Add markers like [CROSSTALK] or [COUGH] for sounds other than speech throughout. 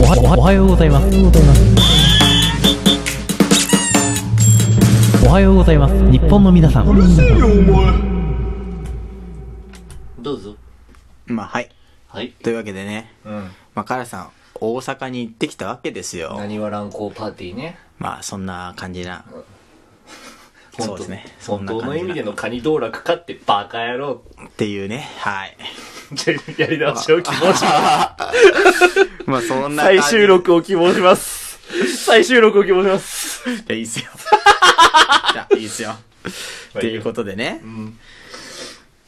おはおはおはようございます。おはようございます。日本の皆さん。どうぞ。まあはい。はい。というわけでね、まあカラさん、大阪に行ってきたわけですよ。何は乱行パーティーね。まあそんな感じ [LAUGHS] な。そうですね。そ本んな当の感意じ味でな。のカニ道楽かってバカ野郎。っていうね。はい。じゃあやり直しを希望 [LAUGHS] します。まあそんな感じ。再収録を希望します。再収録を希望します。いやいいっ [LAUGHS] すよ。いやいいっすよ。っていうことでね。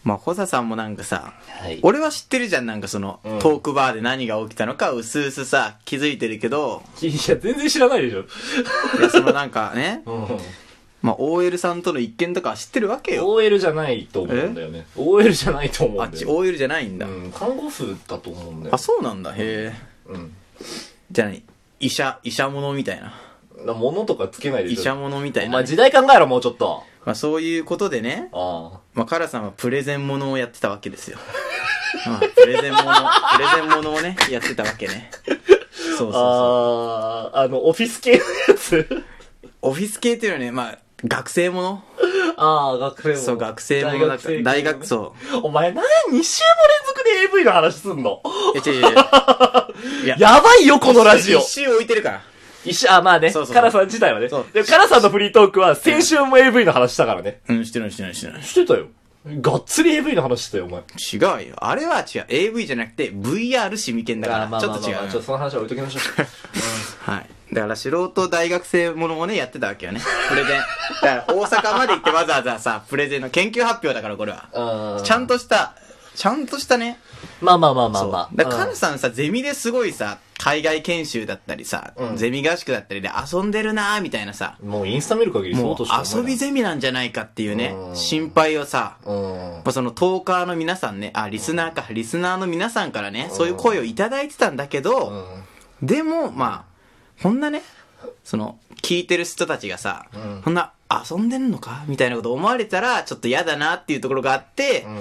まあ、ホサさんもなんかさ、はい。俺は知ってるじゃん、なんかその、うんトークバーで何が起きたのか、うすうすさ、気づいてるけど、いや、全然知らないでしょ。、いや、そのなんか [LAUGHS] ねうん。まあ、OL さんとの一見とかは知ってるわけよ。 OL じゃないと思うんだよね。OL じゃないと思あうっんだちよ。 OL じゃないんうだ。ん、看護婦だと思うんだよあ、。そうなんだ、へえ。うん。じゃない、医者、医者者みたいな。な物とかつけないで医し者ょ。者みたいおな前。時代考えろ、もうちょっと。まあ、そういうことでね、あまあ、カラさんはプレゼンものをやってたわけですよ。 [LAUGHS] まあ、プレゼンもの、プレゼンものをね、やってたわけね。そうそうあ。そああ、あの、オフィス系のやつ。う。オフィス系っていうのはね、まあ、学生ものああ、学生も。そう、学生ものだから、大学、う。そ [LAUGHS] お前何2週も連続で AV の話すんのう。いや、違う違う違う。いや、やばい [LAUGHS] よ、このラジオ一。周置いてるから。一週、あ、まあね。そうそうそうカラさん自体はね。そうでもカラさんのフリートークは、先週も AV の話したからね。うん、してないしてないしてない。してたよ。がっつり AV の話してたよ、お前。違うよ。あれは違う。AV じゃなくて、VR シミケンだから、ちょっと違う。ちょっとその話は置いとき [LAUGHS] ましょはい。だから素人大学生ものをね、やってたわけよね。プレゼン。だから大阪まで行ってわざわざさ、プレゼンの研究発表だからこれは。う。うちゃんと。とした、ちゃんとしたね。まあまあまあまあそう。まあ。だから、カうナんさんさ、ゼミですごいさ、海外研修だったりさ、うんゼミ合宿だったりで遊んでるなーみたいなさ、もうインスタ見る限りそもううとしか思遊びゼミなんじゃないかっていうねう、ん心配をさ、えない。うんやっ。ぱそのトーカーの皆さんね、あ、リスナーか、リスナーの皆さんからね、そういう声をいただいてたんだけど、うんでも、まあ、こんなね、その、聞いてる人たちがさ、んこんな、遊んでんのかみたいなこと思われたら、ちょっと嫌だなっていうところがあって、ん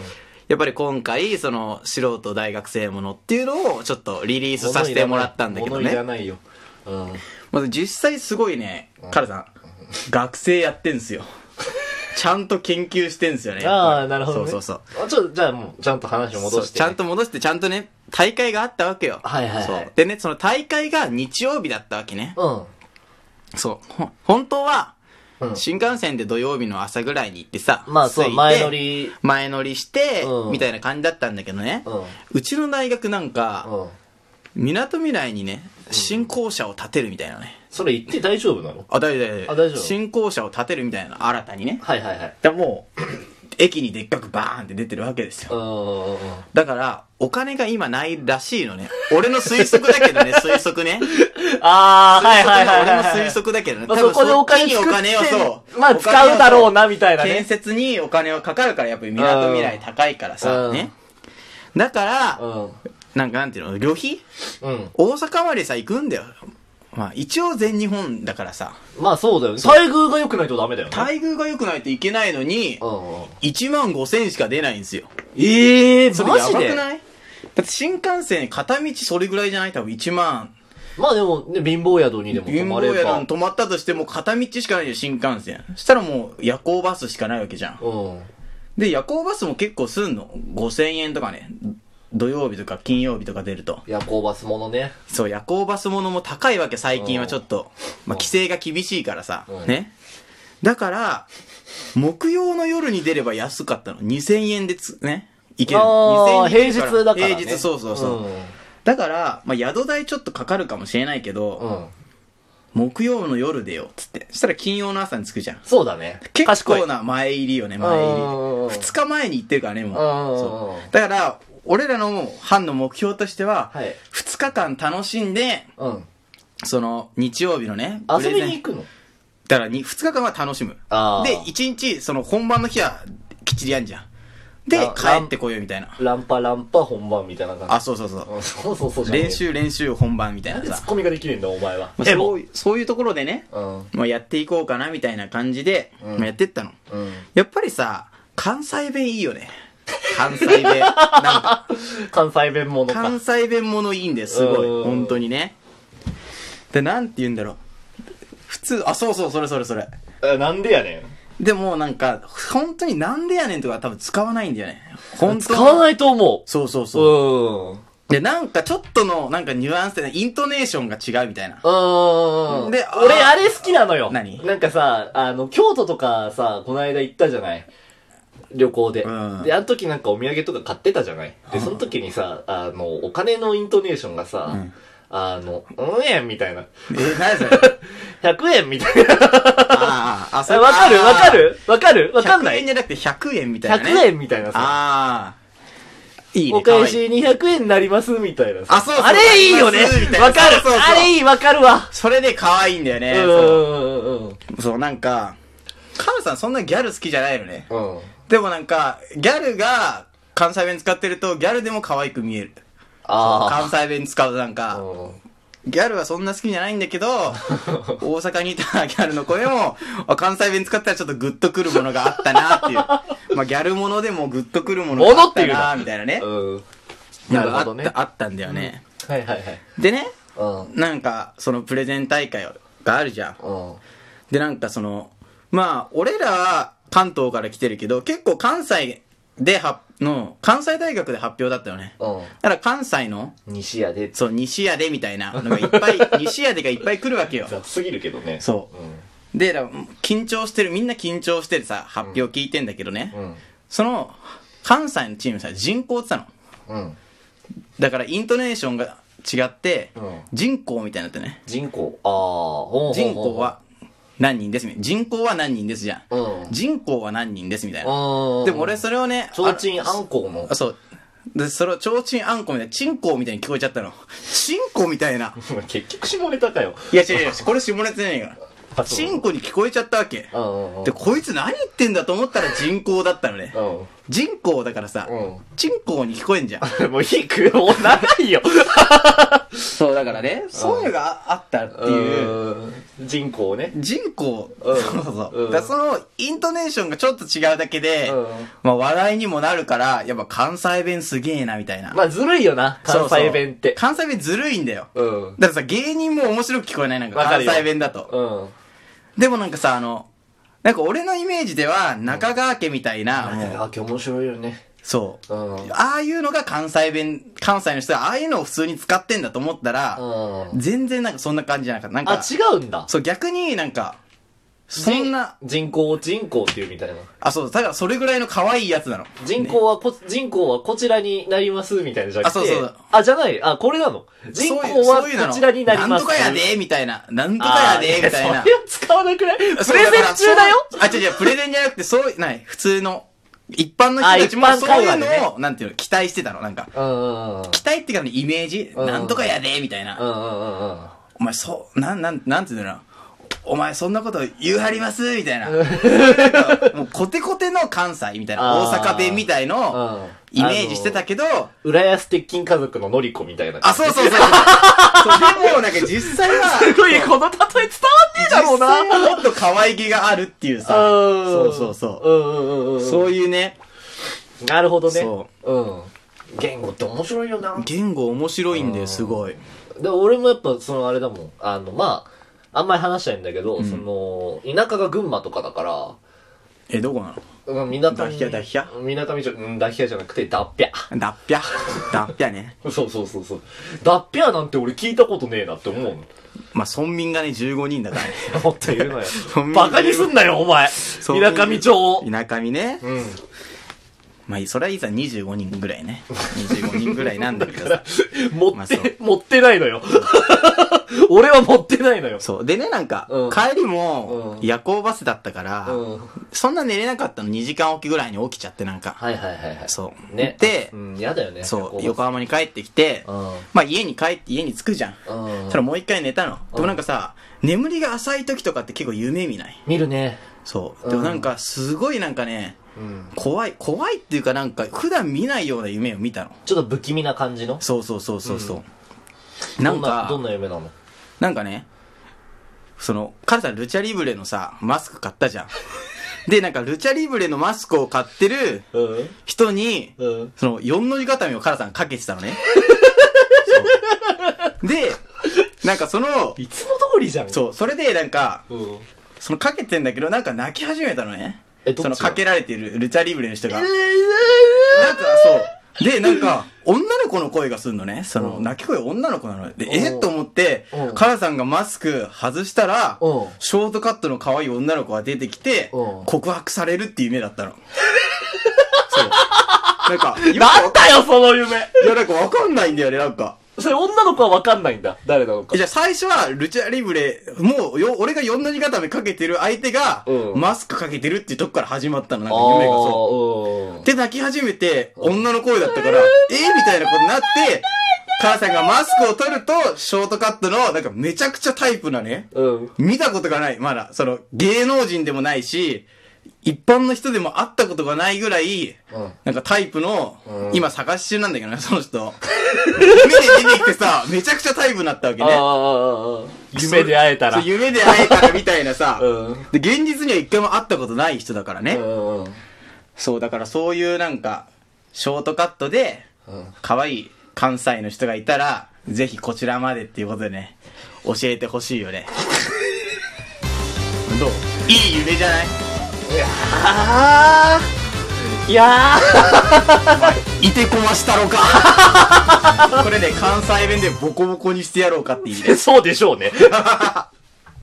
やっぱり今回、その、素人大学生ものっていうのを、ちょっとリリースさせてもらったんだけど物いらね。ないよ。うん。まず実際すごいね、カラさん、学生やってん [LAUGHS] すよ。ちゃんと研究してんすよね。ああ、なるほど、ね。そうそうそう。あ。ちょっと、じゃあもう、ちゃんと話を戻して、そうちゃんと。戻して、ちゃんとね、大会があったわけよ。はいはいはいそうでね、その大会が日曜日だったわけね。うそう。ほ本当は、ん。うん。新幹線で土曜日の朝ぐらいに行ってさ、まあそう、着いて前乗。り。前乗りして、うんみたいな感じだったんだけどね。うん。うちの大学なんか、うん。みなとみらいにね、新校舎を建てるみたいなね。それ言って大丈夫なのあ、大丈夫大丈夫。あ大丈夫新校舎を建てるみたいな、新たにね。はいはいはい。だからもう、駅にでっかくバーンって出てるわけですよう。んうんうん。だから、お金が今ないらしいのね。俺の推測だけ [LAUGHS] どね、推測ね。あー、はいはいはいはい俺のはい、推測だけどね。まあ多分そこでお金っちにお金を作ってそう。まあお金を使うだろうなみたいなね建設にお金はかかるから、やっぱり港未来高いからさ、うんね。だから、うなんかなんていうの、旅費ん。うん。大阪までさ、行くんだよ。まあ、一応全日本だからさ、まあそうだよね。待遇が良くないとダメだよね。待遇が良くないといけないのにう、んうん。 1万5千しか出ないんですよ。ええー、それやばくマジでないだって新幹線片道それぐらいじゃない多分1万まあでも、ね、貧乏宿にでも泊貧まれ乏ば。やに泊まったとしても片道しかないよ、新幹線。したらもう夜行バスしかないわけじゃん。うん。で、夜行バスも結構すんの。5000円とかね。土曜日とか金曜日とか出ると。夜行バスものね。そう、夜行バスものも高いわけ、最近はちょっと。まあ、規制が厳しいからさう。んね。だから、木曜の夜に出れば安かったの。2000円でつ、ね。いけるの。あー2000円で行ける平日だからね平日、そうそうそう。ん。だから、まあ、宿代ちょっとかかるかもしれないけど、うん。木曜の夜出ようっつってそしたら金曜の朝に着くじゃんそうだね。結賢い構な前入りよね前うんうんうん入り2日前に行ってるからねもううんうんうんそうだから俺らの班の目標としては、はい2日間楽しんでうん。その日曜日のね遊びに行行くくのだから 2, 日間は楽しむあーで1日その本番の日はきっちりやんじゃんでラン帰ってこようみたいなランパランパ本番みたいな感あそうそうそうじ。そうそうそうじゃねえよ練。習練習本番みたいなんなでツさッコミができねえんだ、お前は。まあそういうそういうところでね、うん。まあ、やっていこうかなみたいな感じで、まあやってったのうん。やっぱりさ、関西弁いいよね。関 [LAUGHS] 西弁。なんか、関西弁ものか。関西弁ものいいんです、すごうんい。本当にね。で、なんて言うんだろう。普通、あ、そうそう、それそれそれ。えなんでやねん。でもなんか、本当になんでやねんとか多分使わないんだよね。本当使わないと思そうそうそう。うん。うん。で、なんかちょっとの、なんかニュアンスで、イントネーションが違うみたいな。で、であー俺あれ好きなのよ。何なんかさ、あの、京都とかさ、この間行ったじゃない旅行で。うんで、あの時なんかお土産とか買ってたじゃないで、その時にさ、あの、お金のイントネーションがさ、うんあの、うん円みたいな。えー、何それ [LAUGHS] 100円みたいな。 [LAUGHS] あーあー、あ、そわかるわかるわかるわかんな100い円じゃなくて100円みたいな、ね。 100円みたいなさ、ああ。いいね。お返かわいい。し200円になりますみたいなさ。あそうそうあれいいよねなりますみたいなわかるそうそうそうあれいいわかるわそれで可愛いんだよね。うんうんうんそうそう、なんか、カムさんそんなギャル好きじゃないのね。うん。うん。でもなんか、ギャルが関西弁使ってると、ギャルでも可愛く見える。あ関西弁使うとなんあ。か、うんギャルはそんな好きじゃないんだ [LAUGHS] けど、大阪にいたギャルの声も、あ関西弁使ったらちょっとグッとくるものがあったなっていう。まあギャルものでもグッとくるものがあったなみたいなね。うん。ななんるほかあったどね。あったんだよね。はいはいはい。でね、うん。なんか、そのプレゼン大会があるじゃん。うん。で、なんかその、まあ、俺らは関東から来てるけど、結構関西では、の、関西大学で発表だったよね。うん。だから関西の、西屋で、そう、西屋でみたいなのがいっぱい、 [LAUGHS] 西屋でがいっぱい来るわけよ。雑すぎるけどね。。そうう。で、だから緊張してる、みんな緊張してるさ、発表聞いてんだけどね。うん。その、関西のチームさ、人口って言ったの。うん。だから、イントネーションが違って、うん人口みたいになってね。人口。ああ。ほうほうほう人口は、何人ですみたいな。人口は何人ですじゃん。うん。人口は何人ですみたいな。うん。でも俺、それをね、ちょうちんあんこうあのあ、。そう。で、それをちょうちんあんこみたいな、ちんこうみたいに聞こえちゃったの。ちんこみたいな。結局下ネタかよ。いや違う違う、これ下ネタじゃないかあら。そうちんこに聞こえちゃったわけう。んうんうん。で、こいつ何言ってんだと思ったら人口だったのねう。ん。人口だからさうん、ちんこに聞こえ [LAUGHS] んじゃん。もういいくもう長いよ。そう、だからね、そういうのがああったっていう。うん。人口ね。人口、うんそうそうそう。うんだからその、イントネーションがちょっと違うだけでうん、まあ話題にもなるから、やっぱ関西弁すげえな、みたいな。まあ、ずるいよな。関西弁っそうそうて。関西弁ずるいんだよ。うん。だからさ、芸人も面白く聞こえない、なんかわか関るよ西弁だと。うん。でもなんかさ、あの、なんか俺のイメージでは、中川家みたいな、もうあ、今日面白いよね。そう。うん。うん。ああいうのが関西弁、関西の人はああいうのを普通に使ってんだと思ったら、全然なんかそんな感じじゃなかった。なんあ、か、違うんだ。そう逆になんか、そんな、人口を人口っていうみたいな。あ、そう、だからそれぐらいの可愛いやつなの。人口はこ、人口はこちらになりますみたいなじゃなくて。あそうそうあ、じゃない。あ、これなの。人口はそういうそういうのこちらになります。なんとかやで、みたいな。なんとかあやー。で、みたいなそれ。は使わなくないプレゼンそう中だよだからそうあ、違う違う、プレゼンじゃなくて、そういう、ない、普通の、一般の人たちもあ一般そう会いう話でねのを、なんていうの、期待してたの、なんか。うんうんうん。期待っていうかのイメージ、んなんとかやで、みたいな。うんうんうんうん。お前、そう、なん、なん、なんていうのかなお前、そんなこと言うはりますみたいな。そういうなんかもう、コテコテの関西みたいな、あー大阪弁みたいのうん、イメージしてたけど、浦安鉄筋家族ののりこみたいな。あ、そうそうそうそう。そうでも、なんか実際 [LAUGHS] は、すごい、この例え伝わってんだ実際ろうな。はもっと可愛げがあるっていうさ、うんそうそうそう。うんうんうんうん。そういうね、なるほどね。。そううん。言語って面白いよな。言語面白いんだよ、すごい。で俺もやっぱそのあれだもんあのまああんまり話したいんだけど、その田舎が群馬とかだからえ、どこなのうんみなかみダヒャダヒャみなかみじゃうんダヒャじゃなくてダッピャダッピャ。ダッピャね。そうそうそうそうダッピャなんて俺聞いたことねえなって思う [LAUGHS] まあ、村民がね、15人だからね。 [LAUGHS] のもっと言うなよ村民バカにすんなよ、お前。そうみなかみ町を。田舎にね。うんまあ、それはいざ25人ぐらいね。25人ぐらいなんだけ [LAUGHS] どさ。ま [LAUGHS] 持あっそて、う持ってないのよ。俺は持ってないのよ。そう。でね、なんか、うん帰りうも、ん夜行バスだったから、うんはそんな寝れなかったの2時間おきぐらいに起きちゃってなんか。いはいはいはいそう。ねでう、ん嫌だよねそう、よ横浜に帰ってきて、うんまあ家に帰って家に着くじゃん。うんそしたらもう一回寝たの。でもなんかさ、眠りが浅い時とかって結構夢見ない見るねそう。でもなんか、すごいなんかね、うん怖い、怖いっていうかなんか、普段見ないような夢を見たの。ちょっと不気味な感じのそうそうそうそうそう。なんか、どんなどんな夢なのなんかね、その、彼さんルチャリブレのさ、マスク買ったじゃん。で、なんか、ルチャリブレのマスクを買ってるうん人に、うんその、四の字固めをカラさんかけてたのね。そうで、なんかその、いつも通りじゃん。そう、それでなんか、うん。そのかけてんだけど、なんか泣き始めたのね。えどっちそのがかけられてるルチャリブレの人が。なんかそう。で、なんか、女の子の声がするのね。その、うん泣き声女の子なの。で、んえっと思ってう、んカラさんがマスク外したらうん、ショートカットの可愛い女の子が出てきてうん、告白されるっていう夢だ [LAUGHS] ったの。そう。なんか、なんだよ、その夢いや、なんかわかんないんだよね、なんか。それ女の子はわかんないんだ。誰なのかじ。ゃあ最初は、ルチャリブレ、もうよ、俺が4の字固めかけてる相手が、うんマスクかけてるっていうとこから始まったの、なんか夢があそあ、うんう。。で、泣き始めて、女の声だったから、えー、みたいなことになって、母さんがマスクを取ると、ショートカットの、なんかめちゃくちゃタイプなね、うん。見たことがない、まだ、その、芸能人でもないし、一般の人でも会ったことがないぐらい、うんなんかタイプの、うん今探し中なんだけどね、そ [LAUGHS] の人。目で出てきてさ、めちゃくちゃタイプになったわけああ、あね。あ、ああ。夢で会えたら。そうう夢で会えたらみたいなさ、うん。で現実には一回も会ったことない人だからね、うん。うん。そうだからそういうなんかショートカットで可愛い関西の人がいたらぜひこちらまでっていうことでね教えてほしいよねどういい夢じゃないあー。いや [LAUGHS] いてこましたろかこれね関西弁でボコボコにしてやろうかって意味でー。そうでしょうね。